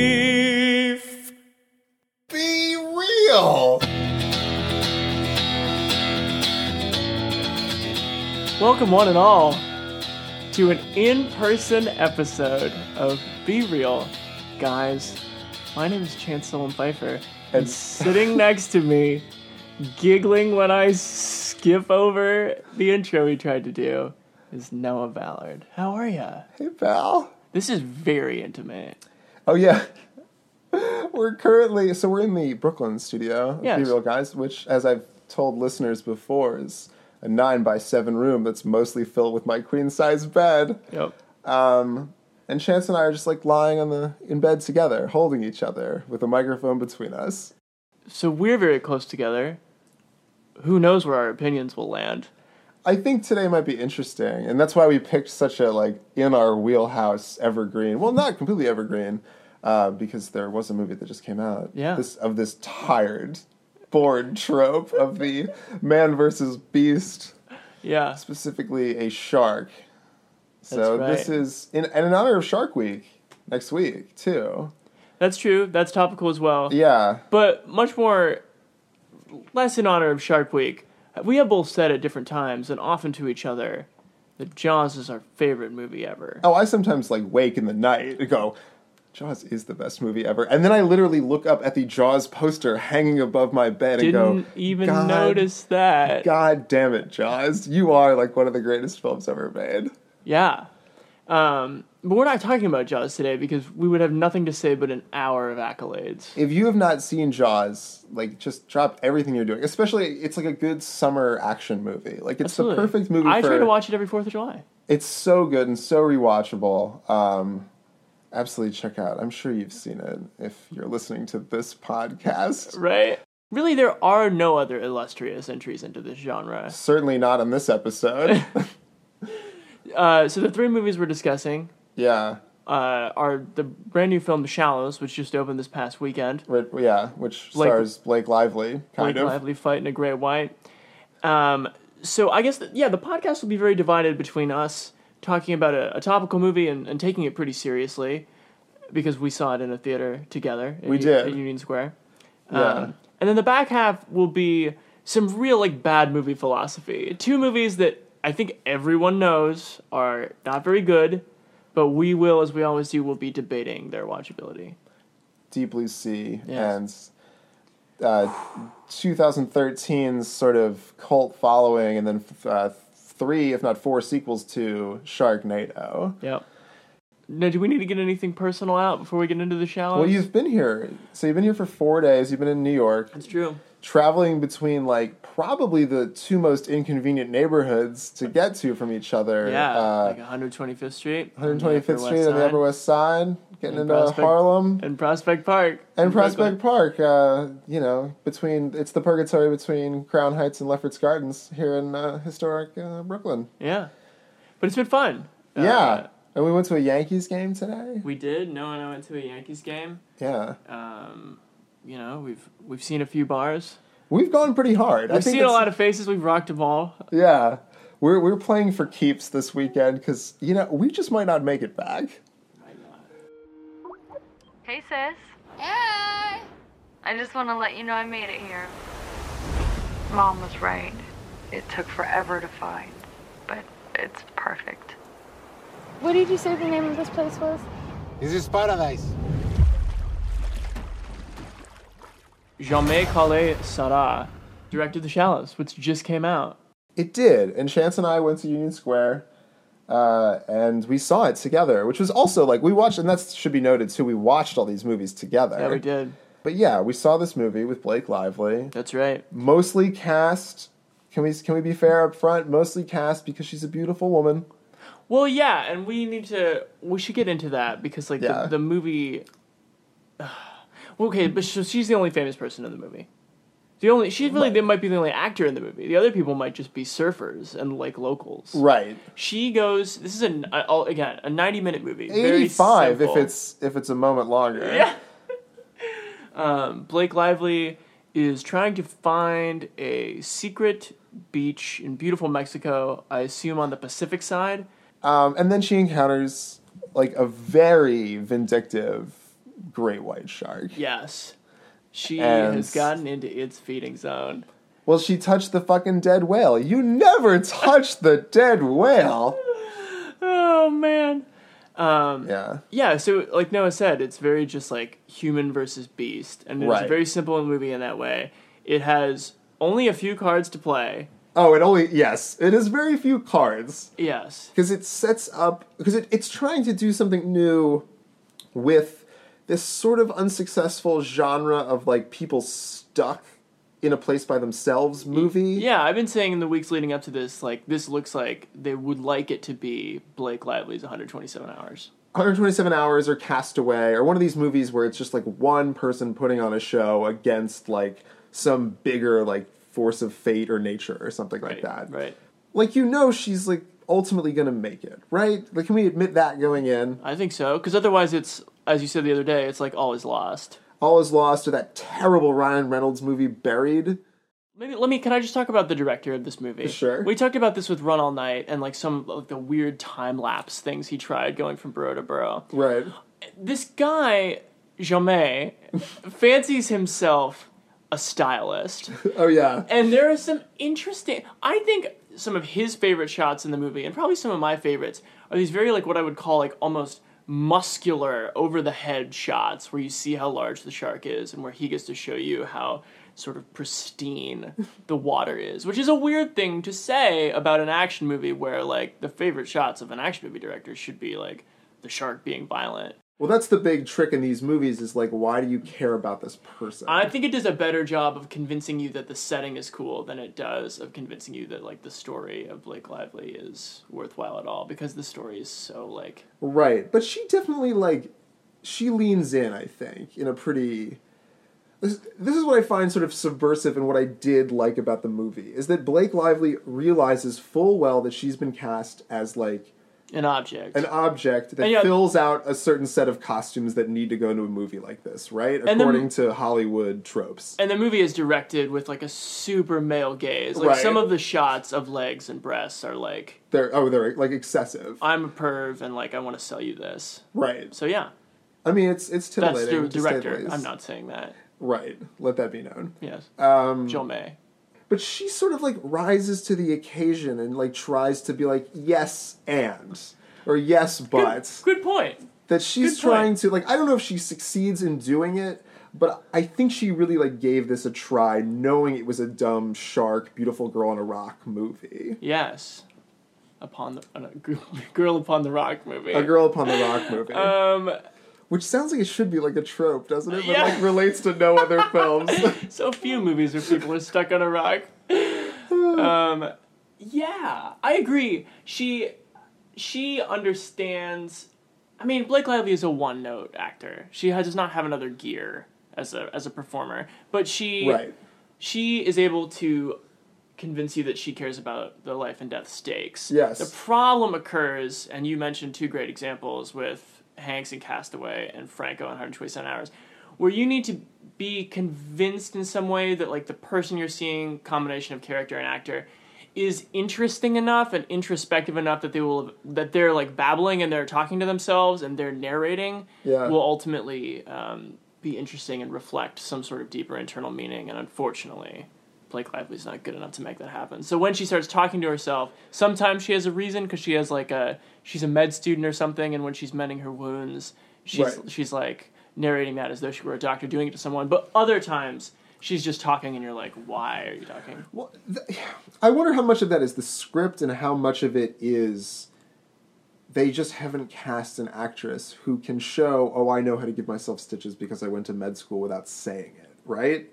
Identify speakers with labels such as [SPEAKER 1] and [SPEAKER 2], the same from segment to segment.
[SPEAKER 1] life,
[SPEAKER 2] Be real.
[SPEAKER 3] Welcome, one and all, to an in person episode of Be Real. Guys, my name is Chance Solon Pfeiffer, and sitting next to me, giggling when I skip over the intro we tried to do, is Noah Ballard. How are ya?
[SPEAKER 2] Hey, pal.
[SPEAKER 3] This is very intimate.
[SPEAKER 2] Oh yeah. We're currently so we're in the Brooklyn studio. of
[SPEAKER 3] Yes.
[SPEAKER 2] Be real guys, which as I've told listeners before is a nine by seven room that's mostly filled with my queen size bed.
[SPEAKER 3] Yep.
[SPEAKER 2] Um, and Chance and I are just like lying on the in bed together, holding each other with a microphone between us.
[SPEAKER 3] So we're very close together. Who knows where our opinions will land?
[SPEAKER 2] I think today might be interesting, and that's why we picked such a like in our wheelhouse evergreen. Well, not completely evergreen, uh, because there was a movie that just came out.
[SPEAKER 3] Yeah.
[SPEAKER 2] This of this tired, bored trope of the man versus beast,
[SPEAKER 3] Yeah.
[SPEAKER 2] specifically a shark. So
[SPEAKER 3] That's right.
[SPEAKER 2] this is in and in honor of Shark Week next week too.
[SPEAKER 3] That's true. That's topical as well.
[SPEAKER 2] Yeah.
[SPEAKER 3] but much more less in honor of Shark Week. We have both said at different times and often to each other that Jaws is our favorite movie ever.
[SPEAKER 2] Oh, I sometimes like wake in the night and go, Jaws is the best movie ever. And then I literally look up at the Jaws poster hanging above my bed and
[SPEAKER 3] Didn't
[SPEAKER 2] go,
[SPEAKER 3] even
[SPEAKER 2] God,
[SPEAKER 3] notice that.
[SPEAKER 2] God damn it, Jaws. You are like one of the greatest films ever made.
[SPEAKER 3] Yeah. Um, but we're not talking about Jaws today because we would have nothing to say but an hour of accolades.
[SPEAKER 2] If you have not seen Jaws, like just drop everything you're doing. Especially, it's like a good summer action movie. Like it's
[SPEAKER 3] Absolutely.
[SPEAKER 2] the perfect movie.
[SPEAKER 3] I
[SPEAKER 2] for,
[SPEAKER 3] try to watch it every 4th of July.
[SPEAKER 2] It's so good and so rewatchable. Um, absolutely check out. I'm sure you've seen it if you're listening to this podcast.
[SPEAKER 3] Right? Really, there are no other illustrious entries into this genre.
[SPEAKER 2] Certainly not on this episode.
[SPEAKER 3] Uh, so the three movies we're discussing
[SPEAKER 2] Yeah.
[SPEAKER 3] uh, are the brand new film The Shallows, which just opened this past weekend.
[SPEAKER 2] Ri- Yeah, which
[SPEAKER 3] Blake-
[SPEAKER 2] stars Blake Lively, kind
[SPEAKER 3] Blake
[SPEAKER 2] of.
[SPEAKER 3] Lively fighting a Grey White. Um, so I guess th- yeah, the podcast will be very divided between us talking about a, a topical movie and, and taking it pretty seriously because we saw it in a theater together. in
[SPEAKER 2] We
[SPEAKER 3] U-
[SPEAKER 2] did.
[SPEAKER 3] in Union Square.
[SPEAKER 2] Yeah.
[SPEAKER 3] Um, and then the back half will be some real like bad movie philosophy. Two movies that I think everyone knows are not very good, but we will, as we always do, will be debating their watchability.
[SPEAKER 2] Deep Blue Sea
[SPEAKER 3] Yes.
[SPEAKER 2] and uh, 2013's sort of cult following, and then uh, three, if not four, sequels to Sharknado.
[SPEAKER 3] Yep. Now, do we need to get anything personal out before we get into the shallows?
[SPEAKER 2] Well, you've been here. So you've been here for four days. You've been in New York,
[SPEAKER 3] It's true.
[SPEAKER 2] traveling between like probably the two most inconvenient neighborhoods to get to from each other.
[SPEAKER 3] Yeah,
[SPEAKER 2] Uh,
[SPEAKER 3] like 125th Street, on the
[SPEAKER 2] 125th
[SPEAKER 3] Upper
[SPEAKER 2] Street
[SPEAKER 3] West
[SPEAKER 2] on the
[SPEAKER 3] Side,
[SPEAKER 2] Upper West Side, getting
[SPEAKER 3] And
[SPEAKER 2] into
[SPEAKER 3] Prospect-
[SPEAKER 2] Harlem.
[SPEAKER 3] and Prospect Park, in
[SPEAKER 2] And
[SPEAKER 3] Brooklyn.
[SPEAKER 2] Prospect Park, uh, you know, between it's the purgatory between Crown Heights and Lefferts Gardens here in uh, historic uh, Brooklyn.
[SPEAKER 3] Yeah, but it's been fun. Uh,
[SPEAKER 2] yeah, and we went to a Yankees game today.
[SPEAKER 3] we did. No one went to a Yankees game.
[SPEAKER 2] Yeah,
[SPEAKER 3] Um, you know, we've we've seen a few bars.
[SPEAKER 2] we've gone pretty hard.
[SPEAKER 3] We've seen a
[SPEAKER 2] that's-
[SPEAKER 3] lot of faces. We've rocked a ball.
[SPEAKER 2] Yeah, we're we're playing for keeps this weekend because you know we just might not make it back.
[SPEAKER 4] Hey, sis.
[SPEAKER 5] Hey!
[SPEAKER 4] I just want to let you know I made it here. Mom was right. It took forever to find, but it's perfect.
[SPEAKER 5] What did you say the name of this place was?
[SPEAKER 6] This is paradise.
[SPEAKER 3] Jamais Calais Sarah directed The Shallows, which just came out.
[SPEAKER 2] It did, and Chance and I went to Union Square. Uh, and we saw it together, which was also like we watched, and that should be noted too. We watched all these movies together.
[SPEAKER 3] Yeah, we did.
[SPEAKER 2] But yeah, we saw this movie with Blake Lively.
[SPEAKER 3] That's right.
[SPEAKER 2] mostly cast. Can we can we be fair up front? Mostly cast because she's a beautiful woman.
[SPEAKER 3] Well, yeah, and we need to. We should get into that because, like,
[SPEAKER 2] Yeah.
[SPEAKER 3] the, the movie. Well, Okay, but so she's the only famous person in the movie. The only she really they might be the only actor in the movie. The other people might just be surfers and like locals.
[SPEAKER 2] Right.
[SPEAKER 3] She goes. This is an uh, all- again a ninety minute movie. very
[SPEAKER 2] 85 if
[SPEAKER 3] simple.
[SPEAKER 2] it's if it's a moment longer.
[SPEAKER 3] Yeah. um, Blake Lively is trying to find a secret beach in beautiful Mexico, I assume on the Pacific side.
[SPEAKER 2] Um, and then she encounters like a very vindictive great white shark.
[SPEAKER 3] Yes. She
[SPEAKER 2] And-
[SPEAKER 3] has gotten into its feeding zone.
[SPEAKER 2] Well, she touched the fucking dead whale. You never touch the dead whale.
[SPEAKER 3] Oh man.
[SPEAKER 2] Yeah.
[SPEAKER 3] Yeah, so like Noah said, it's very just like human versus beast. And it's
[SPEAKER 2] Right.
[SPEAKER 3] very simple in the movie in that way. It has only a few cards to play.
[SPEAKER 2] Oh, it only yes, it has very few cards
[SPEAKER 3] Yes.
[SPEAKER 2] because it sets up because it, it's trying to do something new with this sort of unsuccessful genre of like people stuck in a place by themselves movie.
[SPEAKER 3] Yeah, I've been saying in the weeks leading up to this, like this looks like they would like it to be Blake Lively's 127 hours.
[SPEAKER 2] 127 hours or Castaway or one of these movies where it's just like one person putting on a show against like some bigger like force of fate or nature or something like that.
[SPEAKER 3] Right.
[SPEAKER 2] Like you know she's like ultimately going to make it, right? Like can we admit that going in?
[SPEAKER 3] I think so, because otherwise, it's as you said the other day, it's like all is lost.
[SPEAKER 2] All is Lost or that terrible Ryan Reynolds movie Buried.
[SPEAKER 3] Maybe let me. Can I just talk about the director of this movie?
[SPEAKER 2] Sure.
[SPEAKER 3] We talked about this with Run All Night and like some of the weird time lapse things he tried going from borough to borough.
[SPEAKER 2] Right.
[SPEAKER 3] This guy, Jamais, fancies himself a stylist.
[SPEAKER 2] Oh yeah.
[SPEAKER 3] And there are some interesting. I think some of his favorite shots in the movie, and probably some of my favorites, are these very like what I would call like almost muscular over the head shots where you see how large the shark is and where he gets to show you how sort of pristine the water is which is a weird thing to say about an action movie where like the favorite shots of an action movie director should be like the shark being violent
[SPEAKER 2] Well, that's the big trick in these movies is like why do you care about this person?
[SPEAKER 3] I think it does a better job of convincing you that the setting is cool than it does of convincing you that like the story of Blake Lively is worthwhile at all because the story is so like
[SPEAKER 2] Right. But she definitely like she leans in, I think, in a pretty this, this is what I find sort of subversive and what I did like about the movie is that Blake Lively realizes full well that she's been cast as like
[SPEAKER 3] an object.
[SPEAKER 2] an object that
[SPEAKER 3] And, yeah.
[SPEAKER 2] fills out a certain set of costumes that need to go into a movie like this, right?
[SPEAKER 3] And the-
[SPEAKER 2] According to Hollywood tropes.
[SPEAKER 3] and the movie is directed with like a super male gaze. Like
[SPEAKER 2] Right.
[SPEAKER 3] some of the shots of legs and breasts are like
[SPEAKER 2] They're oh, they're like excessive.
[SPEAKER 3] I'm a perv and like I want to sell you this.
[SPEAKER 2] Right.
[SPEAKER 3] So yeah,
[SPEAKER 2] I mean, it's it's
[SPEAKER 3] that's
[SPEAKER 2] titillating.
[SPEAKER 3] the
[SPEAKER 2] to say the
[SPEAKER 3] director.
[SPEAKER 2] least.
[SPEAKER 3] I'm not saying that.
[SPEAKER 2] right. Let that be known.
[SPEAKER 3] Yes. Um Jill May.
[SPEAKER 2] But she sort of like rises to the occasion and like tries to be like yes and or yes but
[SPEAKER 3] Good point.
[SPEAKER 2] that she's
[SPEAKER 3] good point.
[SPEAKER 2] trying to like I don't know if she succeeds in doing it, but I think she really like gave this a try, knowing it was a dumb shark, beautiful girl on a rock movie,
[SPEAKER 3] Yes. Upon the uh, no, girl upon the rock movie.
[SPEAKER 2] a girl upon the rock movie,
[SPEAKER 3] Um,
[SPEAKER 2] which sounds like it should be like a trope, doesn't it? But
[SPEAKER 3] Yeah.
[SPEAKER 2] like relates to no other films.
[SPEAKER 3] so few movies where people are stuck on a rock. Um, yeah, I agree. She she understands. I mean, Blake Lively is a one note actor. She ha- does not have another gear as a as a performer, but she
[SPEAKER 2] right.
[SPEAKER 3] she is able to convince you that she cares about the life and death stakes.
[SPEAKER 2] Yes.
[SPEAKER 3] The problem occurs, and you mentioned two great examples with Hanks and Castaway and Franco and 127 Hours, where you need to be convinced in some way that like the person you're seeing, combination of character and actor, is interesting enough and introspective enough that they will that they're like babbling and they're talking to themselves and they're narrating
[SPEAKER 2] Yeah.
[SPEAKER 3] will ultimately um, be interesting and reflect some sort of deeper internal meaning. And unfortunately, Blake Lively's not good enough to make that happen. So when she starts talking to herself, sometimes she has a reason because she has like a she's a med student or something, and when she's mending her wounds, she's
[SPEAKER 2] Right.
[SPEAKER 3] she's like narrating that as though she were a doctor doing it to someone. But other times. She's just talking, and you're like, "Why are you talking?"
[SPEAKER 2] Well, th- I wonder how much of that is the script and how much of it is they just haven't cast an actress who can show, oh, I know how to give myself stitches because I went to med school without saying it, right?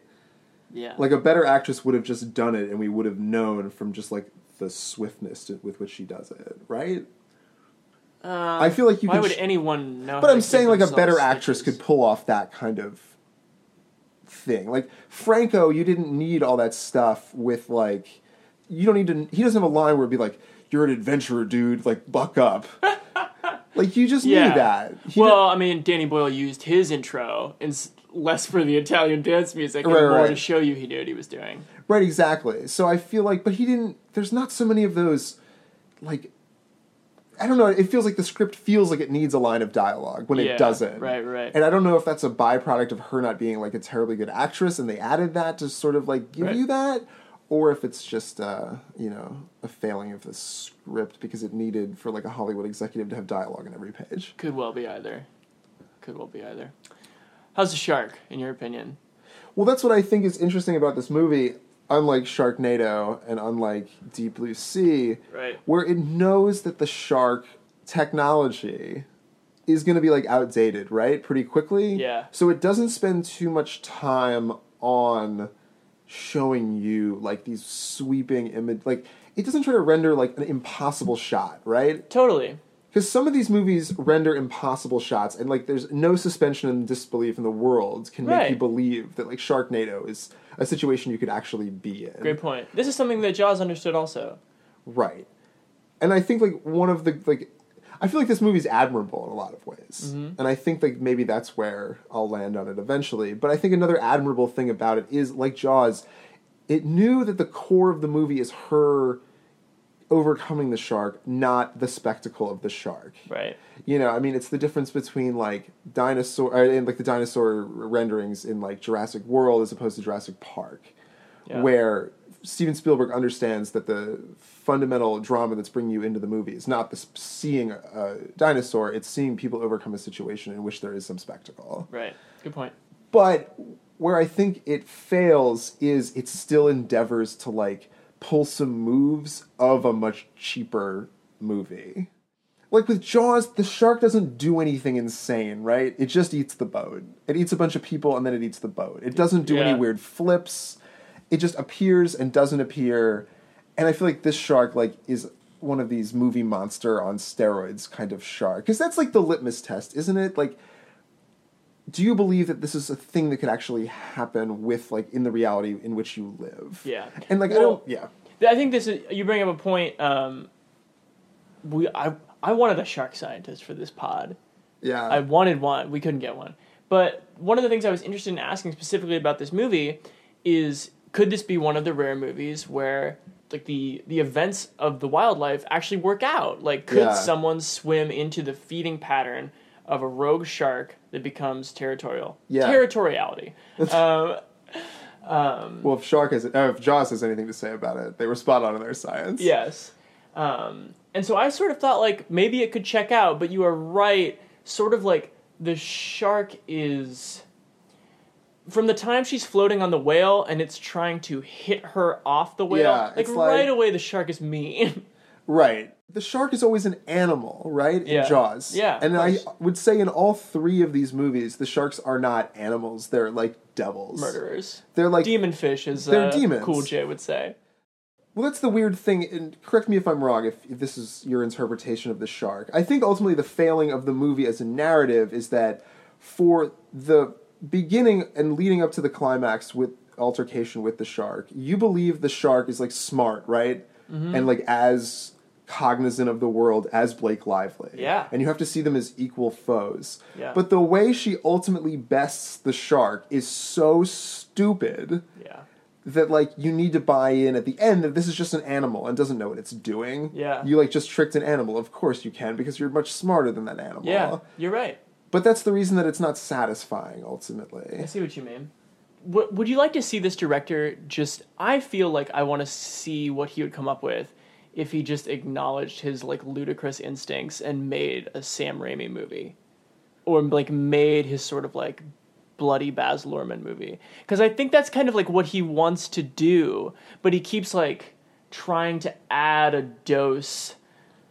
[SPEAKER 3] Yeah,
[SPEAKER 2] Like a better actress would have just done it and we would have known from just like the swiftness to, with which she does it, right? I feel like
[SPEAKER 3] Um,
[SPEAKER 2] you
[SPEAKER 3] why
[SPEAKER 2] can.
[SPEAKER 3] would
[SPEAKER 2] sh-
[SPEAKER 3] anyone know? how
[SPEAKER 2] but
[SPEAKER 3] to
[SPEAKER 2] I'm
[SPEAKER 3] give
[SPEAKER 2] saying like a
[SPEAKER 3] themselves
[SPEAKER 2] better actress
[SPEAKER 3] stitches?
[SPEAKER 2] could pull off that kind of thing. Like Franco, you didn't need all that stuff with like you don't need to. He doesn't have a line where it'd be like, "You're an adventurer, dude. Like buck up." like you just
[SPEAKER 3] Yeah.
[SPEAKER 2] knew that. He
[SPEAKER 3] well, I mean, Danny Boyle used his intro and s- less for the Italian dance music and
[SPEAKER 2] Right,
[SPEAKER 3] more
[SPEAKER 2] right.
[SPEAKER 3] to show you he knew what he was doing.
[SPEAKER 2] Right, exactly. So I feel like, but he didn't. There's not so many of those, like, I don't know. It feels like the script feels like it needs a line of dialogue when
[SPEAKER 3] Yeah,
[SPEAKER 2] it doesn't.
[SPEAKER 3] right, right.
[SPEAKER 2] And I don't know if that's a byproduct of her not being like a terribly good actress, and they added that to sort of like give
[SPEAKER 3] Right.
[SPEAKER 2] you that, or if it's just uh, you know a failing of the script because it needed for like a Hollywood executive to have dialogue in every page.
[SPEAKER 3] Could well be either. Could well be either. How's the shark, in your opinion?
[SPEAKER 2] Well, that's what I think is interesting about this movie. Unlike Sharknado and unlike Deep Blue Sea,
[SPEAKER 3] Right.
[SPEAKER 2] where it knows that the shark technology is going to be like outdated, right? Pretty quickly.
[SPEAKER 3] Yeah.
[SPEAKER 2] So it doesn't spend too much time on showing you like these sweeping image like it doesn't try to render like an impossible shot, right?
[SPEAKER 3] Totally.
[SPEAKER 2] because some of these movies render impossible shots and like there's no suspension and disbelief in the world can make
[SPEAKER 3] Right.
[SPEAKER 2] you believe that like sharknado is a situation you could actually be in
[SPEAKER 3] Great point. This is something that Jaws understood also.
[SPEAKER 2] right and i think like one of the like i feel like this movie's admirable in a lot of ways
[SPEAKER 3] Mm-hmm.
[SPEAKER 2] and i think like maybe that's where i'll land on it eventually but i think another admirable thing about it is like jaws it knew that the core of the movie is her overcoming the shark not the spectacle of the shark
[SPEAKER 3] Right.
[SPEAKER 2] you know, I mean, it's the difference between like dinosaur uh, and like the dinosaur renderings in like Jurassic World as opposed to Jurassic Park,
[SPEAKER 3] Yeah.
[SPEAKER 2] where Steven Spielberg understands that the fundamental drama that's bringing you into the movie is not the s- seeing a, a dinosaur; it's seeing people overcome a situation in which there is some spectacle.
[SPEAKER 3] Right. Good point.
[SPEAKER 2] But where I think it fails is it still endeavors to like pull some moves of a much cheaper movie. Like with Jaws, the shark doesn't do anything insane, right? It just eats the boat. It eats a bunch of people and then it eats the boat. It doesn't do
[SPEAKER 3] Yeah.
[SPEAKER 2] any weird flips. It just appears and doesn't appear. And I feel like this shark like is one of these movie monster on steroids kind of shark. Cuz that's like the litmus test, isn't it? Like do you believe that this is a thing that could actually happen with like in the reality in which you live?
[SPEAKER 3] Yeah.
[SPEAKER 2] And like I
[SPEAKER 3] Well-
[SPEAKER 2] don't yeah.
[SPEAKER 3] I think this is you bring up a point. Um, we I I wanted a shark scientist for this pod.
[SPEAKER 2] Yeah.
[SPEAKER 3] I wanted one. We couldn't get one. But one of the things I was interested in asking specifically about this movie is could this be one of the rare movies where like the the events of the wildlife actually work out? Like could
[SPEAKER 2] Yeah.
[SPEAKER 3] someone swim into the feeding pattern of a rogue shark that becomes territorial?
[SPEAKER 2] Yeah.
[SPEAKER 3] Territoriality.
[SPEAKER 2] well, if Shark has uh, if Jaws has anything to say about it, they were spot on in their science.
[SPEAKER 3] Yes. Um, and so I sort of thought like maybe it could check out, but you are right. Sort of like the shark is from the time she's floating on the whale and it's trying to hit her off the whale.
[SPEAKER 2] Yeah,
[SPEAKER 3] like,
[SPEAKER 2] it's
[SPEAKER 3] right
[SPEAKER 2] like-
[SPEAKER 3] away, the shark is mean.
[SPEAKER 2] Right. The shark is always an animal, right? In
[SPEAKER 3] Yeah.
[SPEAKER 2] Jaws.
[SPEAKER 3] Yeah, of
[SPEAKER 2] And I
[SPEAKER 3] course.
[SPEAKER 2] would say in all three of these movies, the sharks are not animals. They're like devils.
[SPEAKER 3] Murderers.
[SPEAKER 2] They're like
[SPEAKER 3] Demon fish is
[SPEAKER 2] They're
[SPEAKER 3] uh,
[SPEAKER 2] demons.
[SPEAKER 3] Cool J would say.
[SPEAKER 2] Well, that's the weird thing, and correct me if I'm wrong. If, if this is your interpretation of the shark, I think ultimately the failing of the movie as a narrative is that for the beginning and leading up to the climax with altercation with the shark, you believe the shark is like smart, right,
[SPEAKER 3] Mm-hmm.
[SPEAKER 2] and like as cognizant of the world as Blake Lively,
[SPEAKER 3] Yeah.
[SPEAKER 2] and you have to see them as equal foes.
[SPEAKER 3] Yeah.
[SPEAKER 2] But the way she ultimately bests the shark is so stupid
[SPEAKER 3] Yeah.
[SPEAKER 2] that like you need to buy in at the end that this is just an animal and doesn't know what it's doing.
[SPEAKER 3] Yeah.
[SPEAKER 2] You like just tricked an animal. Of course you can because you're much smarter than that animal.
[SPEAKER 3] Yeah. You're right.
[SPEAKER 2] But that's the reason that it's not satisfying ultimately.
[SPEAKER 3] I see what you mean. Would would you like to see this director just? I feel like I want to see what he would come up with if he just acknowledged his like ludicrous instincts and made a Sam Raimi movie, or like made his sort of like bloody Baz Luhrmann movie. Because I think that's kind of like what he wants to do, but he keeps like trying to add a dose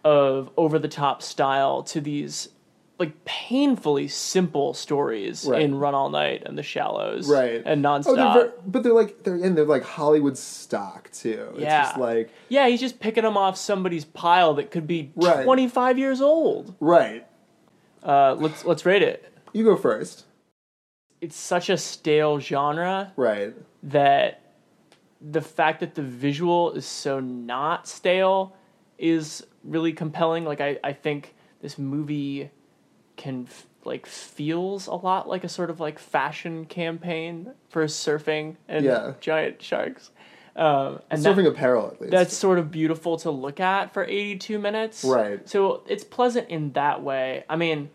[SPEAKER 3] of over the top style to these like painfully simple stories
[SPEAKER 2] Right.
[SPEAKER 3] in Run All Night and The Shallows
[SPEAKER 2] Right.
[SPEAKER 3] and Nonstop.
[SPEAKER 2] Oh, they're ver- but they're like they're and they're like Hollywood stock too.
[SPEAKER 3] Yeah.
[SPEAKER 2] It's just like
[SPEAKER 3] yeah, he's just picking them off somebody's pile that could be
[SPEAKER 2] Right.
[SPEAKER 3] 25 years old.
[SPEAKER 2] right.
[SPEAKER 3] Uh, let's let's rate it.
[SPEAKER 2] You go first.
[SPEAKER 3] it's such a stale genre
[SPEAKER 2] Right.
[SPEAKER 3] that the fact that the visual is so not stale is really compelling. Like I, I think this movie can f- like feels a lot like a sort of like fashion campaign for surfing and
[SPEAKER 2] Yeah.
[SPEAKER 3] giant sharks. Um, and that-
[SPEAKER 2] Surfing apparel, at least.
[SPEAKER 3] that's sort of beautiful to look at for 82 minutes.
[SPEAKER 2] Right.
[SPEAKER 3] So it's pleasant in that way. I mean,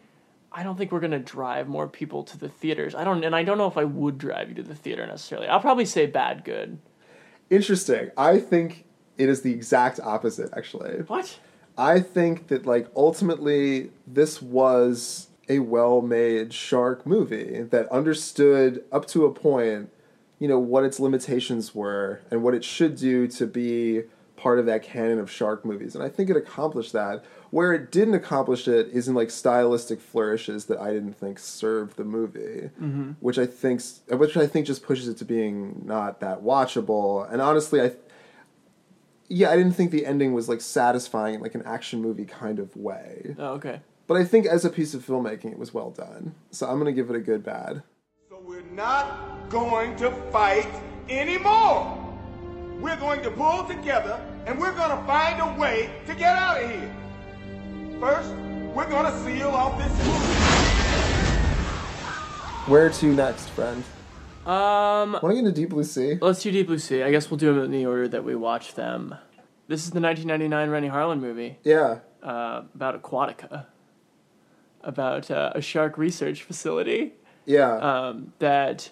[SPEAKER 3] I don't think we're going to drive more people to the theaters. I don't and I don't know if I would drive you to the theater necessarily. I'll probably say bad good.
[SPEAKER 2] interesting. I think it is the exact opposite, actually.
[SPEAKER 3] What?
[SPEAKER 2] I think that like ultimately this was a well-made shark movie that understood up to a point, you know, what its limitations were and what it should do to be part of that canon of shark movies. And I think it accomplished that. Where it didn't accomplish it is in like stylistic flourishes that I didn't think served the movie, which I think which I think just pushes it to being not that watchable. And honestly, I yeah, I didn't think the ending was like satisfying in like an action movie kind of way.
[SPEAKER 3] Oh, okay.
[SPEAKER 2] But I think as a piece of filmmaking, it was well done. So I'm gonna give it a good bad.
[SPEAKER 6] So we're not going to fight anymore. We're going to pull together and we're going to find a way to get out of here. First, we're going to seal off this
[SPEAKER 2] Where to next, friend?
[SPEAKER 3] Um
[SPEAKER 2] Want to get into Deep Blue Sea?
[SPEAKER 3] let's do Deep Blue Sea. I guess we'll do them in the order that we watch them. This is the 1999 Rennie Harlan movie
[SPEAKER 2] Yeah,
[SPEAKER 3] uh, about Aquatica, about uh, a shark research facility.
[SPEAKER 2] yeah,
[SPEAKER 3] um, that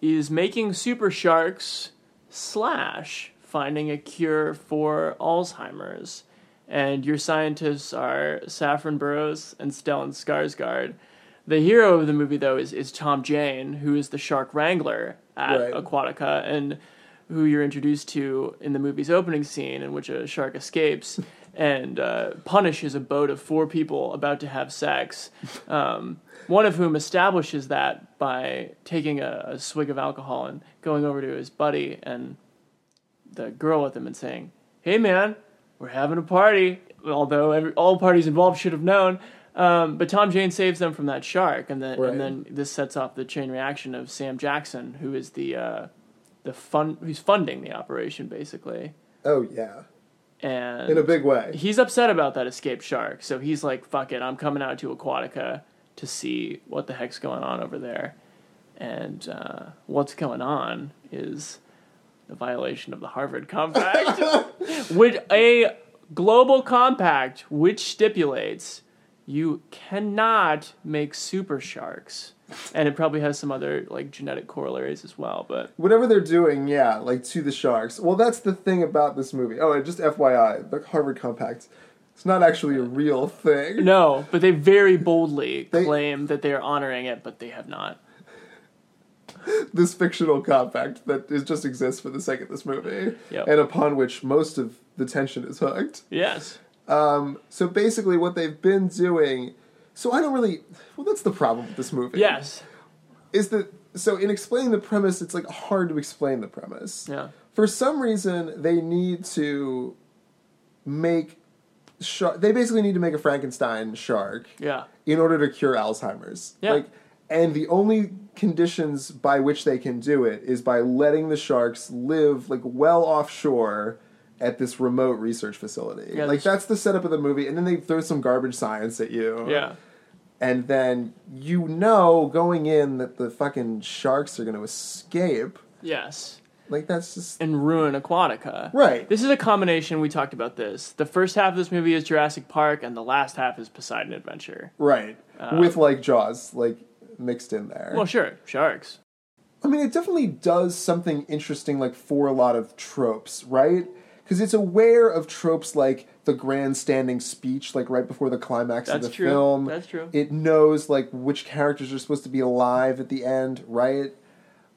[SPEAKER 3] is making super sharks slash finding a cure for Alzheimer's. And your scientists are Saffron Burrows and Stellan Skarsgård. The hero of the movie, though, is, is Tom Jane, who is the shark wrangler at
[SPEAKER 2] Right.
[SPEAKER 3] Aquatica and who you're introduced to in the movie's opening scene, in which a shark escapes and uh, punishes a boat of four people about to have sex um, one of whom establishes that by taking a, a swig of alcohol and going over to his buddy and the girl with him and saying, "Hey, man, we're having a party." Although every, all parties involved should have known, um, but Tom Jane saves them from that shark, and then
[SPEAKER 2] Right.
[SPEAKER 3] and then this sets off the chain reaction of Sam Jackson, who is the uh, the fun who's funding the operation basically,
[SPEAKER 2] oh yeah,
[SPEAKER 3] and
[SPEAKER 2] in a big way.
[SPEAKER 3] he's upset about that escaped shark, so he's like, "Fuck it, I'm coming out to Aquatica to see what the heck's going on over there." And uh, what's going on is the violation of the Harvard Compact, which a global compact which stipulates you cannot make super sharks, and it probably has some other like genetic corollaries as well. But
[SPEAKER 2] Whatever they're doing, yeah, like to the sharks. Well, that's the thing about this movie. Oh, and just FYI, the Harvard Compact. It's not actually a real thing.
[SPEAKER 3] no, but they very boldly
[SPEAKER 2] They-
[SPEAKER 3] claim that they are honoring it, but they have not.
[SPEAKER 2] This fictional compact that is just exists for the sake of this movie,
[SPEAKER 3] Yep.
[SPEAKER 2] and upon which most of the tension is hooked.
[SPEAKER 3] Yes.
[SPEAKER 2] So basically, what they've been doing. So I don't really. Well, that's the problem with this movie.
[SPEAKER 3] Yes.
[SPEAKER 2] Is that. So in explaining the premise, it's like hard to explain the premise.
[SPEAKER 3] Yeah.
[SPEAKER 2] For some reason, they need to make. Shar- they basically need to make a Frankenstein shark
[SPEAKER 3] Yeah.
[SPEAKER 2] in order to cure Alzheimer's.
[SPEAKER 3] Yeah.
[SPEAKER 2] Like, and the only conditions by which they can do it is by letting the sharks live like well offshore at this remote research facility.
[SPEAKER 3] Yeah,
[SPEAKER 2] like
[SPEAKER 3] there's-
[SPEAKER 2] that's the setup of the movie, and then they throw some garbage science at you.
[SPEAKER 3] Yeah.
[SPEAKER 2] And then you know going in that the fucking sharks are gonna escape.
[SPEAKER 3] Yes.
[SPEAKER 2] Like that's just
[SPEAKER 3] And ruin Aquatica.
[SPEAKER 2] Right.
[SPEAKER 3] This is a combination. We talked about this. The first half of this movie is Jurassic Park, and the last half is Poseidon Adventure.
[SPEAKER 2] right. With like jaws, like mixed in there.
[SPEAKER 3] Uh, Well, sure, sharks.
[SPEAKER 2] I mean, it definitely does something interesting, like for a lot of tropes, right? Because it's aware of tropes like the grandstanding speech, like right before the climax
[SPEAKER 3] That's
[SPEAKER 2] of the
[SPEAKER 3] true.
[SPEAKER 2] film.
[SPEAKER 3] That's true.
[SPEAKER 2] It knows like which characters are supposed to be alive at the end, right?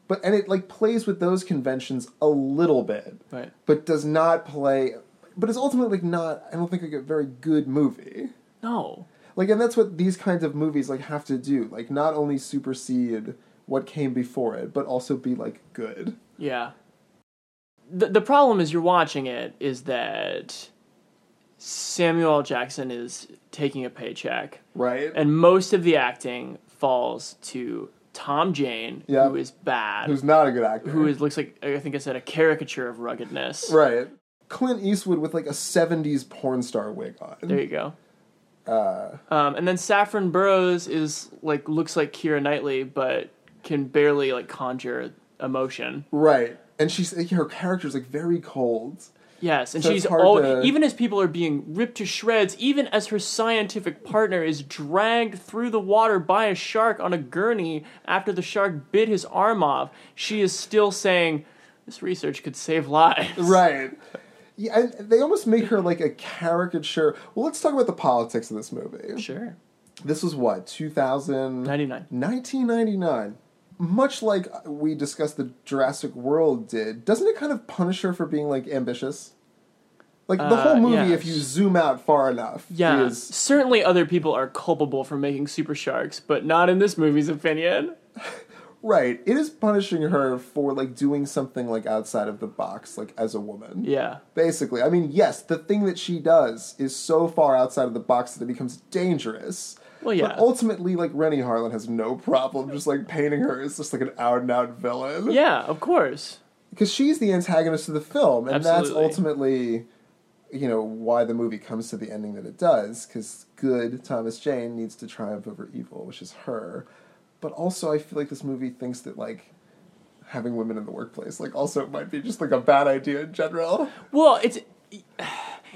[SPEAKER 2] But and it like plays with those conventions a little bit,
[SPEAKER 3] Right.
[SPEAKER 2] but does not play. But it's ultimately like not. I don't think like a very good movie
[SPEAKER 3] No.
[SPEAKER 2] like and that's what these kinds of movies like have to do like not only supersede what came before it but also be like good
[SPEAKER 3] Yeah. The the problem is you're watching it is that Samuel L. Jackson is taking a paycheck,
[SPEAKER 2] right
[SPEAKER 3] and most of the acting falls to Tom Jane,
[SPEAKER 2] Yeah.
[SPEAKER 3] who is bad,
[SPEAKER 2] Who's not a good actor?
[SPEAKER 3] who is looks like I think I said a caricature of ruggedness.
[SPEAKER 2] right? Clint Eastwood with like a '70s porn star wig on.
[SPEAKER 3] There you go.
[SPEAKER 2] Uh.
[SPEAKER 3] um, and then Saffron Burrows is like looks like Kira Knightley, but can barely like conjure emotion.
[SPEAKER 2] Right. And she's like, her character's like very cold.
[SPEAKER 3] Yes, and
[SPEAKER 2] So it's
[SPEAKER 3] she's
[SPEAKER 2] hard
[SPEAKER 3] all
[SPEAKER 2] to-
[SPEAKER 3] even as people are being ripped to shreds, even as her scientific partner is dragged through the water by a shark on a gurney after the shark bit his arm off, she is still saying, "This research could save lives."
[SPEAKER 2] Right. Yeah, and they almost make her like a caricature. Well, let's talk about the politics of this movie.
[SPEAKER 3] Sure.
[SPEAKER 2] This was what, 2000?
[SPEAKER 3] 99.
[SPEAKER 2] 1999. Much like we discussed the Jurassic World did, doesn't it kind of punish her for being like ambitious? Like the
[SPEAKER 3] Uh,
[SPEAKER 2] whole movie,
[SPEAKER 3] yes.
[SPEAKER 2] if you zoom out far enough,
[SPEAKER 3] Yeah.
[SPEAKER 2] is
[SPEAKER 3] Certainly other people are culpable for making super sharks, but not in this movie's opinion.
[SPEAKER 2] right. It is punishing her for like doing something like outside of the box, like as a woman.
[SPEAKER 3] Yeah.
[SPEAKER 2] Basically, I mean, yes, the thing that she does is so far outside of the box that it becomes dangerous.
[SPEAKER 3] Well, yeah.
[SPEAKER 2] But ultimately, like Rennie Harlan has no problem just like painting her as just like an out and out villain.
[SPEAKER 3] Yeah, of course.
[SPEAKER 2] because she's the antagonist of the film, and that's
[SPEAKER 3] Absolutely.
[SPEAKER 2] ultimately, you know, why the movie comes to the ending that it does. Because good Thomas Jane needs to triumph over evil, which is her. But also, I feel like this movie thinks that like having women in the workplace, like, also might be just like a bad idea in general.
[SPEAKER 3] Well, it's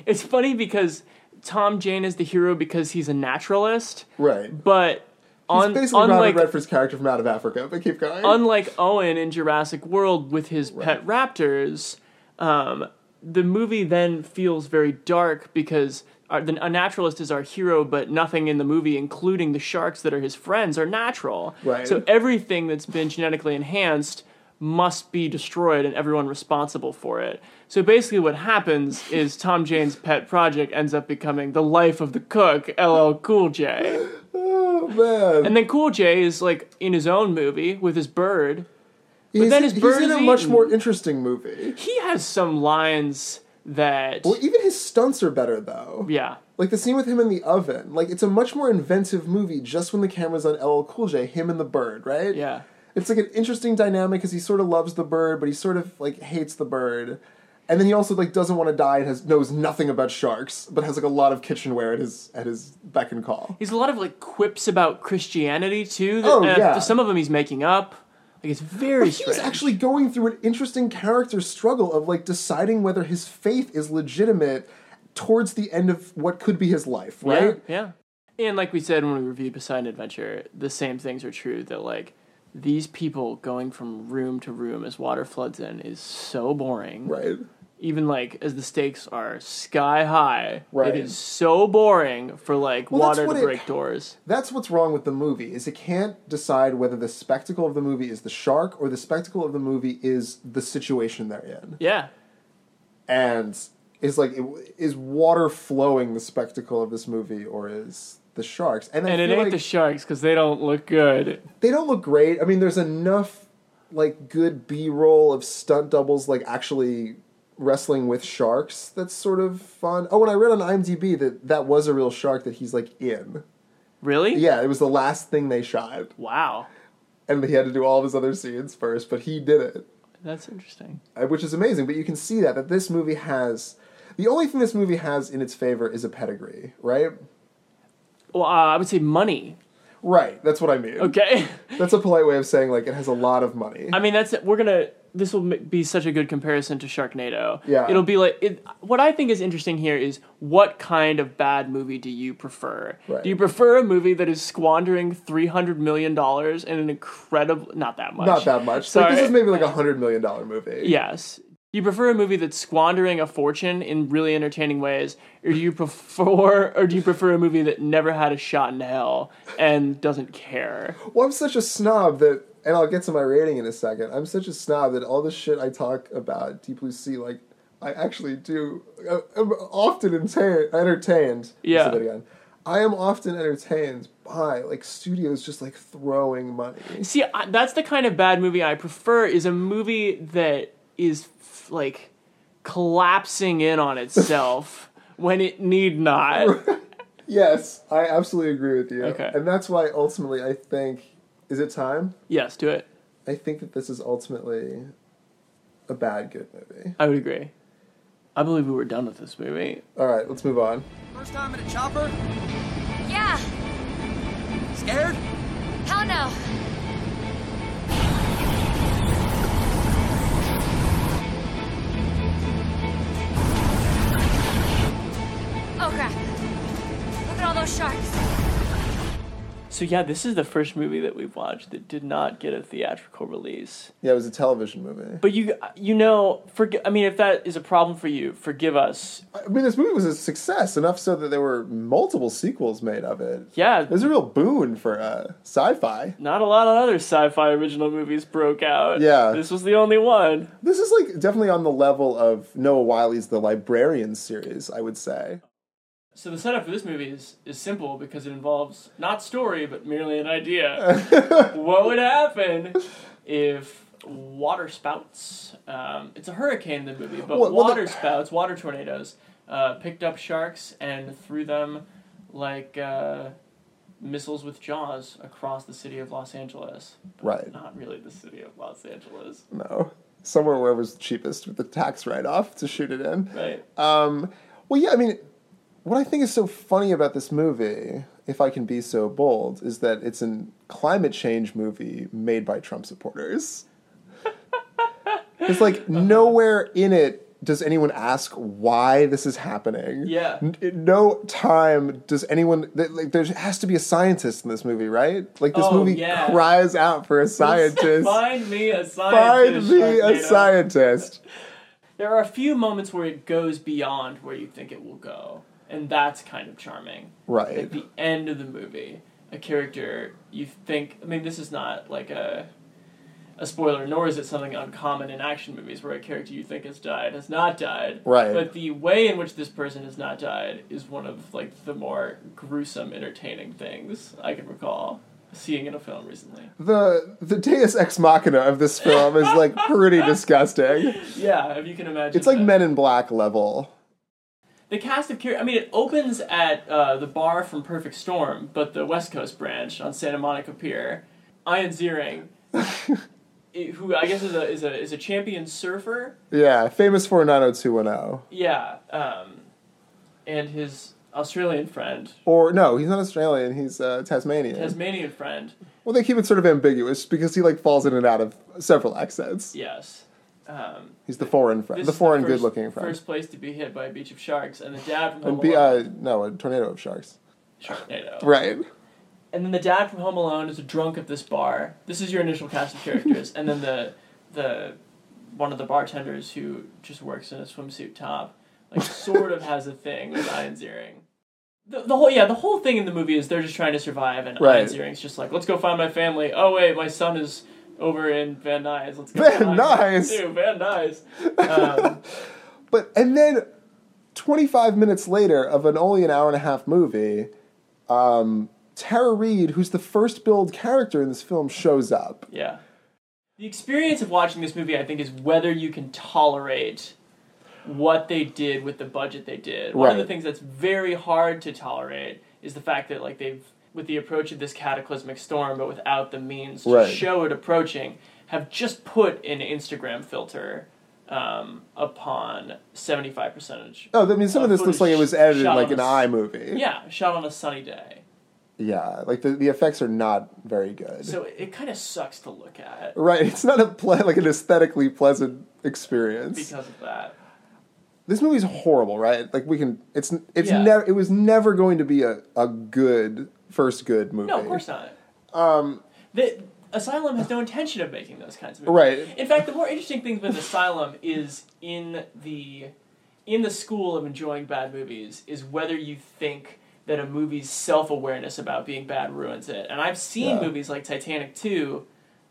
[SPEAKER 3] it's funny because Tom Jane is the hero because he's a naturalist.
[SPEAKER 2] Right.
[SPEAKER 3] But on,
[SPEAKER 2] It's basically
[SPEAKER 3] unlike
[SPEAKER 2] Robert Redford's character from Out of Africa. But keep going.
[SPEAKER 3] unlike Owen in Jurassic World with his pet raptors, um, the movie then feels very dark because our, the, a naturalist is our hero, but nothing in the movie, including the sharks that are his friends, are natural.
[SPEAKER 2] Right.
[SPEAKER 3] So everything that's been genetically enhanced must be destroyed and everyone responsible for it. So basically what happens is Tom Jane's pet project ends up becoming the life of the cook, LL Cool J.
[SPEAKER 2] oh man,
[SPEAKER 3] And then Cool J is like in his own movie with his bird.
[SPEAKER 2] he's,
[SPEAKER 3] then his
[SPEAKER 2] he's
[SPEAKER 3] bird
[SPEAKER 2] in
[SPEAKER 3] is
[SPEAKER 2] a much
[SPEAKER 3] eaten.
[SPEAKER 2] more interesting movie.
[SPEAKER 3] He has some lines that
[SPEAKER 2] Well, even his stunts are better though.
[SPEAKER 3] yeah.
[SPEAKER 2] Like the scene with him in the oven. Like it's a much more inventive movie just when the camera's on LL Cool J, him and the bird, right?
[SPEAKER 3] Yeah.
[SPEAKER 2] It's like an interesting dynamic because he sort of loves the bird, but he sort of like hates the bird. And then he also like doesn't want to die and has knows nothing about sharks, but has like a lot of kitchenware at his at his beck and call.
[SPEAKER 3] He's a lot of like quips about Christianity too. That,
[SPEAKER 2] Oh,
[SPEAKER 3] and
[SPEAKER 2] yeah.
[SPEAKER 3] some of them he's making up. Like it's very
[SPEAKER 2] But he's
[SPEAKER 3] strange.
[SPEAKER 2] actually going through an interesting character struggle of like deciding whether his faith is legitimate towards the end of what could be his life,
[SPEAKER 3] Yeah,
[SPEAKER 2] right?
[SPEAKER 3] Yeah, And like we said when we reviewed Poseidon Adventure, the same things are true that like these people going from room to room as water floods in is so boring.
[SPEAKER 2] Right.
[SPEAKER 3] Even like as the stakes are sky high,
[SPEAKER 2] Right.
[SPEAKER 3] it is so boring for like
[SPEAKER 2] Well, that's
[SPEAKER 3] water to
[SPEAKER 2] what it-
[SPEAKER 3] break doors.
[SPEAKER 2] That's what's wrong with the movie is it can't decide whether the spectacle of the movie is the shark or the spectacle of the movie is the situation they're in.
[SPEAKER 3] Yeah.
[SPEAKER 2] And is like it- is water flowing the spectacle of this movie or is the sharks? And, I
[SPEAKER 3] And it
[SPEAKER 2] feel
[SPEAKER 3] ain't
[SPEAKER 2] like
[SPEAKER 3] the sharks because they don't look good.
[SPEAKER 2] they don't look great. I mean, there's enough like good B-roll of stunt doubles like actually wrestling with sharks that's sort of fun. Oh, and I read on IMDb that that was a real shark that he's like in.
[SPEAKER 3] Really?
[SPEAKER 2] Yeah, it was the last thing they shot.
[SPEAKER 3] Wow.
[SPEAKER 2] and he had to do all of his other scenes first, but he did it,
[SPEAKER 3] That's interesting.
[SPEAKER 2] uh, which is amazing. But you can see that that this movie has the only thing this movie has in its favor is a pedigree, right?
[SPEAKER 3] Well, uh, I would say money.
[SPEAKER 2] Right. That's what I mean.
[SPEAKER 3] Okay.
[SPEAKER 2] That's a polite way of saying like it has a lot of money.
[SPEAKER 3] I mean, that's we're gonna. This will m- be such a good comparison to Sharknado.
[SPEAKER 2] Yeah.
[SPEAKER 3] It'll be like it, what I think is interesting here is what kind of bad movie do you prefer?
[SPEAKER 2] Right.
[SPEAKER 3] Do you prefer a movie that is squandering three hundred million dollars in an incredible not that much
[SPEAKER 2] Not that much.
[SPEAKER 3] Sorry. Uh,
[SPEAKER 2] Like, this is maybe like a hundred million dollar movie.
[SPEAKER 3] Yes. Do you prefer a movie that's squandering a fortune in really entertaining ways, or do you prefer, or do you prefer a movie that never had a shot in hell and doesn't care?
[SPEAKER 2] Well, I'm such a snob that, and I'll get to my rating in a second. I'm such a snob that all the shit I talk about Deep Blue Sea, like I actually do, I- I'm often enta- entertained.
[SPEAKER 3] Yeah.
[SPEAKER 2] Say that again. I am often entertained by like studios just like throwing money.
[SPEAKER 3] See, I, that's the kind of bad movie I prefer. Is a movie that is f- like collapsing in on itself when it need not.
[SPEAKER 2] Yes, I absolutely agree with you.
[SPEAKER 3] Okay.
[SPEAKER 2] And that's why ultimately I think Is it time?
[SPEAKER 3] Yes, do it.
[SPEAKER 2] I think that this is ultimately a bad good movie.
[SPEAKER 3] I would agree. I believe we were done with this movie.
[SPEAKER 2] All right, let's move on.
[SPEAKER 7] First time in a chopper?
[SPEAKER 5] Yeah.
[SPEAKER 7] Scared?
[SPEAKER 5] Hell no. Oh crap. Look at all those sharks.
[SPEAKER 3] So yeah, this is the first movie that we've watched that did not get a theatrical release.
[SPEAKER 2] Yeah, it was a television movie.
[SPEAKER 3] But you you know, forgive I mean if that is a problem for you, forgive us.
[SPEAKER 2] I mean, this movie was a success enough so that there were multiple sequels made of it.
[SPEAKER 3] Yeah,
[SPEAKER 2] It was a real boon for uh, sci-fi.
[SPEAKER 3] not a lot of other sci-fi original movies broke out.
[SPEAKER 2] Yeah.
[SPEAKER 3] This was the only one.
[SPEAKER 2] This is like definitely on the level of Noah Wiley's The Librarian series, I would say.
[SPEAKER 3] So the setup for this movie is, is simple because it involves not story but merely an idea. what would happen if water spouts? Um, it's a hurricane in the movie, but
[SPEAKER 2] Well, well,
[SPEAKER 3] water
[SPEAKER 2] the-
[SPEAKER 3] spouts, water tornadoes, uh, picked up sharks and threw them like uh, missiles with jaws across the city of Los Angeles.
[SPEAKER 2] Right.
[SPEAKER 3] Not really the city of Los Angeles,
[SPEAKER 2] No. Somewhere where it was cheapest with the tax write-off to shoot it in.
[SPEAKER 3] right?
[SPEAKER 2] Um, well, yeah, I mean, what I think is so funny about this movie, if I can be so bold, is that it's a climate change movie made by Trump supporters. It's like nowhere in it does anyone ask why this is happening.
[SPEAKER 3] Yeah.
[SPEAKER 2] N- at no time does anyone th- like there has to be a scientist in this movie, right? Like this
[SPEAKER 3] Oh,
[SPEAKER 2] movie
[SPEAKER 3] yeah.
[SPEAKER 2] cries out for a scientist.
[SPEAKER 3] Find me a scientist.
[SPEAKER 2] Find me a
[SPEAKER 3] Sharknado.
[SPEAKER 2] scientist.
[SPEAKER 3] There are a few moments where it goes beyond where you think it will go, and that's kind of charming.
[SPEAKER 2] Right.
[SPEAKER 3] At the end of the movie, a character you think I mean this is not like a a spoiler, nor is it something uncommon in action movies where a character you think has died has not died.
[SPEAKER 2] Right.
[SPEAKER 3] But the way in which this person has not died is one of like the more gruesome, entertaining things I can recall seeing in a film recently.
[SPEAKER 2] the the Deus Ex Machina of this film is like pretty disgusting.
[SPEAKER 3] Yeah, if you can imagine.
[SPEAKER 2] It's like
[SPEAKER 3] that.
[SPEAKER 2] Men in Black level.
[SPEAKER 3] The cast of Cure. I mean, it opens at uh, the bar from Perfect Storm, but the West Coast branch on Santa Monica Pier. Ian Ziering, i- who I guess is a is a is a champion surfer.
[SPEAKER 2] Yeah, famous for 90210.
[SPEAKER 3] Yeah, um, and his Australian friend,
[SPEAKER 2] Or no, he's not Australian, he's uh, Tasmanian.
[SPEAKER 3] Tasmanian friend.
[SPEAKER 2] well, they keep it sort of ambiguous because he like falls in and out of several accents.
[SPEAKER 3] Yes. Um,
[SPEAKER 2] He's the foreign friend,
[SPEAKER 3] this
[SPEAKER 2] the
[SPEAKER 3] is
[SPEAKER 2] foreign
[SPEAKER 3] first-
[SPEAKER 2] good-looking friend.
[SPEAKER 3] First place to be hit by a beach of sharks, and the dad from Home
[SPEAKER 2] and be
[SPEAKER 3] Alone.
[SPEAKER 2] uh, no, a tornado of sharks.
[SPEAKER 3] Sharknado.
[SPEAKER 2] Right.
[SPEAKER 3] and then the dad from Home Alone is a drunk at this bar. This is your initial cast of characters, and then the the one of the bartenders who just works in a swimsuit top, like sort of has a thing with Ian Ziering. The, the whole yeah, the whole thing in the movie is they're just trying to survive, and
[SPEAKER 2] Right.
[SPEAKER 3] Ian Ziering's just like, let's go find my family. Oh wait, my son is over in Van Nuys. Let's go
[SPEAKER 2] Van
[SPEAKER 3] find him."
[SPEAKER 2] Nuys!
[SPEAKER 3] Dude, Van Nuys. Um,
[SPEAKER 2] But and then 25 minutes later of an only an hour and a half movie, um, Tara Reid, who's the first billed character in this film, shows up.
[SPEAKER 3] yeah. The experience of watching this movie, I think, is whether you can tolerate what they did with the budget they did. One of the
[SPEAKER 2] Right.
[SPEAKER 3] things that's very hard to tolerate is the fact that like they've with the approach of this cataclysmic storm but without the means to
[SPEAKER 2] Right.
[SPEAKER 3] show it approaching have just put an Instagram filter um, upon 75 percentage.
[SPEAKER 2] Oh, I mean, some
[SPEAKER 3] Uh,
[SPEAKER 2] of this looks like it was
[SPEAKER 3] footage
[SPEAKER 2] edited
[SPEAKER 3] shot
[SPEAKER 2] like
[SPEAKER 3] on
[SPEAKER 2] an
[SPEAKER 3] a s-
[SPEAKER 2] iMovie.
[SPEAKER 3] Yeah, shot on a sunny day.
[SPEAKER 2] Yeah, like the, the effects are not very good.
[SPEAKER 3] So it, it kind of sucks to look at
[SPEAKER 2] right, it's not a ple- like an aesthetically pleasant experience.
[SPEAKER 3] because of that.
[SPEAKER 2] this movie's horrible, right? Like we can, it's it's
[SPEAKER 3] Yeah.
[SPEAKER 2] never it was never going to be a, a good first good movie.
[SPEAKER 3] No, of course not. Um, the Asylum has no intention of making those kinds of movies.
[SPEAKER 2] Right.
[SPEAKER 3] In fact, the more interesting thing with Asylum is in the in the school of enjoying bad movies is whether you think that a movie's self awareness about being bad ruins it. And I've seen
[SPEAKER 2] Yeah.
[SPEAKER 3] movies like Titanic 2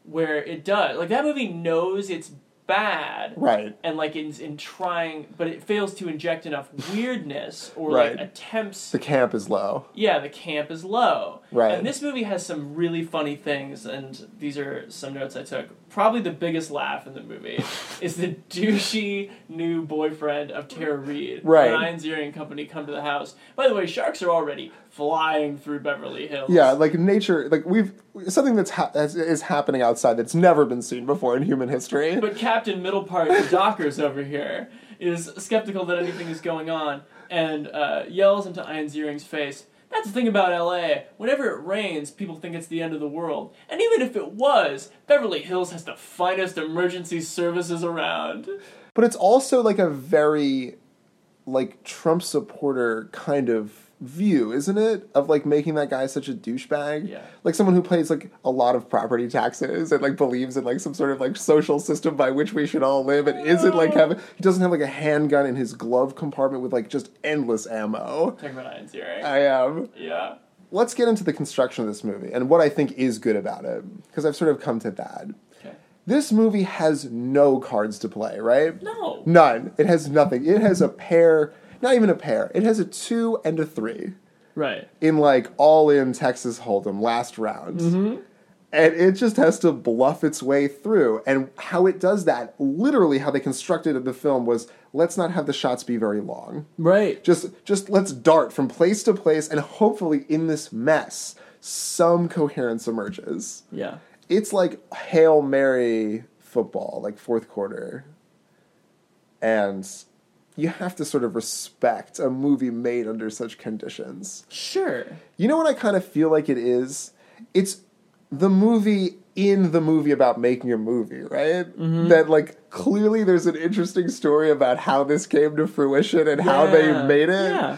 [SPEAKER 3] where it does. Like that movie knows it's bad
[SPEAKER 2] Right.
[SPEAKER 3] and like in, in trying but it fails to inject enough weirdness or
[SPEAKER 2] Right.
[SPEAKER 3] like attempts
[SPEAKER 2] The camp is low.
[SPEAKER 3] yeah the camp is low
[SPEAKER 2] Right.
[SPEAKER 3] and this movie has some really funny things and these are some notes i took probably the biggest laugh in the movie is the douchey new boyfriend of tara reed
[SPEAKER 2] Right.
[SPEAKER 3] ryan ziering and company come to the house by the way sharks are already flying through beverly hills
[SPEAKER 2] Yeah, like nature, like we've something that's ha- that's, is happening outside that's never been seen before in human history.
[SPEAKER 3] But Captain Middlepart, the Dockers over here, is skeptical that anything is going on and uh, yells into Ian Ziering's face. That's the thing about LA. Whenever it rains, people think it's the end of the world. And even if it was, Beverly Hills has the finest emergency services around.
[SPEAKER 2] but it's also like a very like Trump supporter kind of view, isn't it? Of like making that guy such a douchebag.
[SPEAKER 3] Yeah.
[SPEAKER 2] Like someone who pays like a lot of property taxes and like believes in like some sort of like social system by which we should all live and isn't like having he doesn't have like a handgun in his glove compartment with like just endless ammo.
[SPEAKER 3] Talking about Ian Ziering.
[SPEAKER 2] I am.
[SPEAKER 3] yeah.
[SPEAKER 2] Let's get into the construction of this movie and what I think is good about it because I've sort of come to that.
[SPEAKER 3] Okay.
[SPEAKER 2] This movie has no cards to play, right?
[SPEAKER 3] No.
[SPEAKER 2] None. It has nothing. It has a pair, not even a pair. It has a two and a three
[SPEAKER 3] Right.
[SPEAKER 2] in like all in Texas Hold'em last round. And it just has to bluff its way through. And how it does that, literally how they constructed the film was let's not have the shots be very long
[SPEAKER 3] Right.
[SPEAKER 2] just just let's dart from place to place and hopefully in this mess some coherence emerges
[SPEAKER 3] Yeah.
[SPEAKER 2] it's like hail mary football like fourth quarter and you have to sort of respect a movie made under such conditions
[SPEAKER 3] Sure.
[SPEAKER 2] you know what i kind of feel like it is it's the movie in the movie about making a movie right
[SPEAKER 3] Mm-hmm.
[SPEAKER 2] that like clearly there's an interesting story about how this came to fruition and how they
[SPEAKER 3] Yeah.
[SPEAKER 2] made it
[SPEAKER 3] Yeah.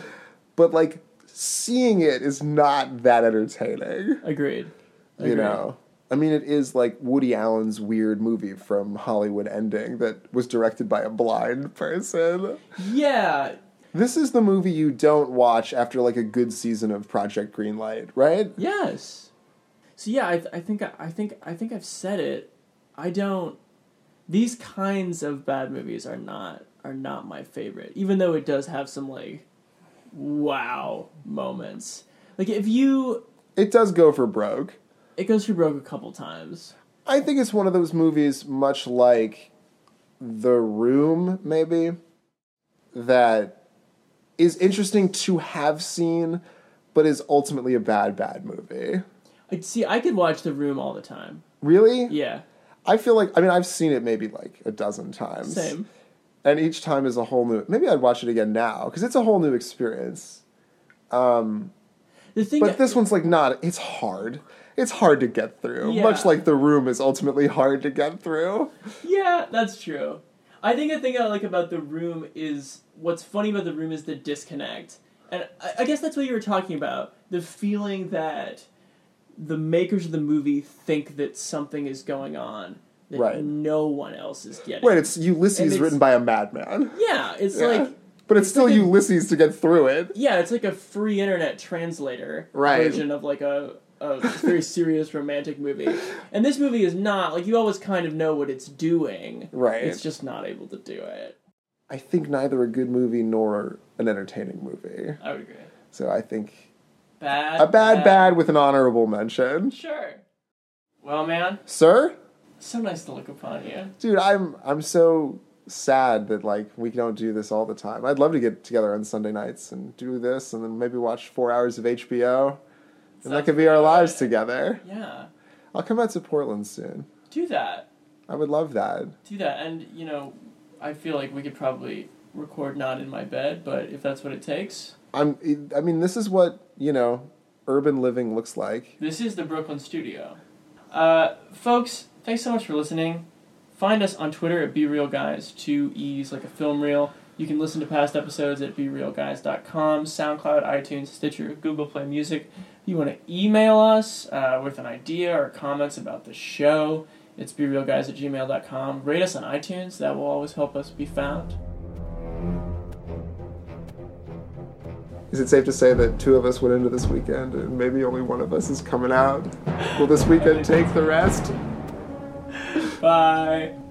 [SPEAKER 2] but like seeing it is not that entertaining.
[SPEAKER 3] Agreed.
[SPEAKER 2] You know, I mean, it is like Woody Allen's weird movie from Hollywood Ending that was directed by a blind person.
[SPEAKER 3] Yeah.
[SPEAKER 2] This is the movie you don't watch after like a good season of Project Greenlight, right?
[SPEAKER 3] Yes. So yeah, I, I think I think I think I've said it. I don't. These kinds of bad movies are not are not my favorite, even though it does have some like wow moments. Like if you,
[SPEAKER 2] It does go for broke.
[SPEAKER 3] it goes through broke a couple times.
[SPEAKER 2] I think it's one of those movies, much like The Room, maybe, that is interesting to have seen, but is ultimately a bad, bad movie.
[SPEAKER 3] I see. I could watch The Room all the time.
[SPEAKER 2] Really?
[SPEAKER 3] Yeah,
[SPEAKER 2] I feel like I mean I've seen it maybe like a dozen times.
[SPEAKER 3] same.
[SPEAKER 2] And each time is a whole new. Maybe I'd watch it again now because it's a whole new experience.
[SPEAKER 3] The thing,
[SPEAKER 2] But this one's like not. It's hard. It's hard to get through.
[SPEAKER 3] Yeah.
[SPEAKER 2] Much like the room is ultimately hard to get through.
[SPEAKER 3] Yeah, that's true. I think the thing I like about the room is what's funny about the room is the disconnect, and I, I guess that's what you were talking about the feeling that the makers of the movie think that something is going on that
[SPEAKER 2] Right.
[SPEAKER 3] no one else is getting.
[SPEAKER 2] Right. It's Ulysses
[SPEAKER 3] it's-
[SPEAKER 2] written by a madman.
[SPEAKER 3] yeah, it's
[SPEAKER 2] Yeah.
[SPEAKER 3] like
[SPEAKER 2] but it's still
[SPEAKER 3] like a-
[SPEAKER 2] Ulysses to get through it.
[SPEAKER 3] yeah, it's like a free internet translator
[SPEAKER 2] Right.
[SPEAKER 3] version of like a, a very serious romantic movie. And this movie is not like you always kind of know what it's doing.
[SPEAKER 2] Right.
[SPEAKER 3] It's just not able to do it.
[SPEAKER 2] I think neither a good movie nor an entertaining movie.
[SPEAKER 3] I would agree.
[SPEAKER 2] So I think
[SPEAKER 3] Bad.
[SPEAKER 2] a bad, bad with an honorable mention,
[SPEAKER 3] Sure. Well, man,
[SPEAKER 2] sir.
[SPEAKER 3] so nice to look upon you.
[SPEAKER 2] dude i'm i'm so sad that like we don't do this all the time i'd love to get together on sunday nights and do this and then maybe watch four hours of hbo and that could be our lives together
[SPEAKER 3] Yeah.
[SPEAKER 2] i'll come out to portland soon
[SPEAKER 3] Do that.
[SPEAKER 2] i would love that
[SPEAKER 3] Do that. And, you know, I feel like we could probably record not in my bed, but if that's what it takes.
[SPEAKER 2] i'm i mean this is what you know urban living looks like
[SPEAKER 3] This is the Brooklyn studio. Uh, folks, thanks so much for listening. Find us on Twitter at BeRealGuys, two E's like a film reel. You can listen to past episodes at BeRealGuys.com, SoundCloud, iTunes, Stitcher, Google Play Music. If you want to email us uh, with an idea or comments about the show, it's BeRealGuys at gmail.com. Rate us on iTunes, that will always help us be found.
[SPEAKER 2] is it safe to say that two of us went into this weekend and maybe only one of us is coming out will this weekend take the rest
[SPEAKER 3] Bye.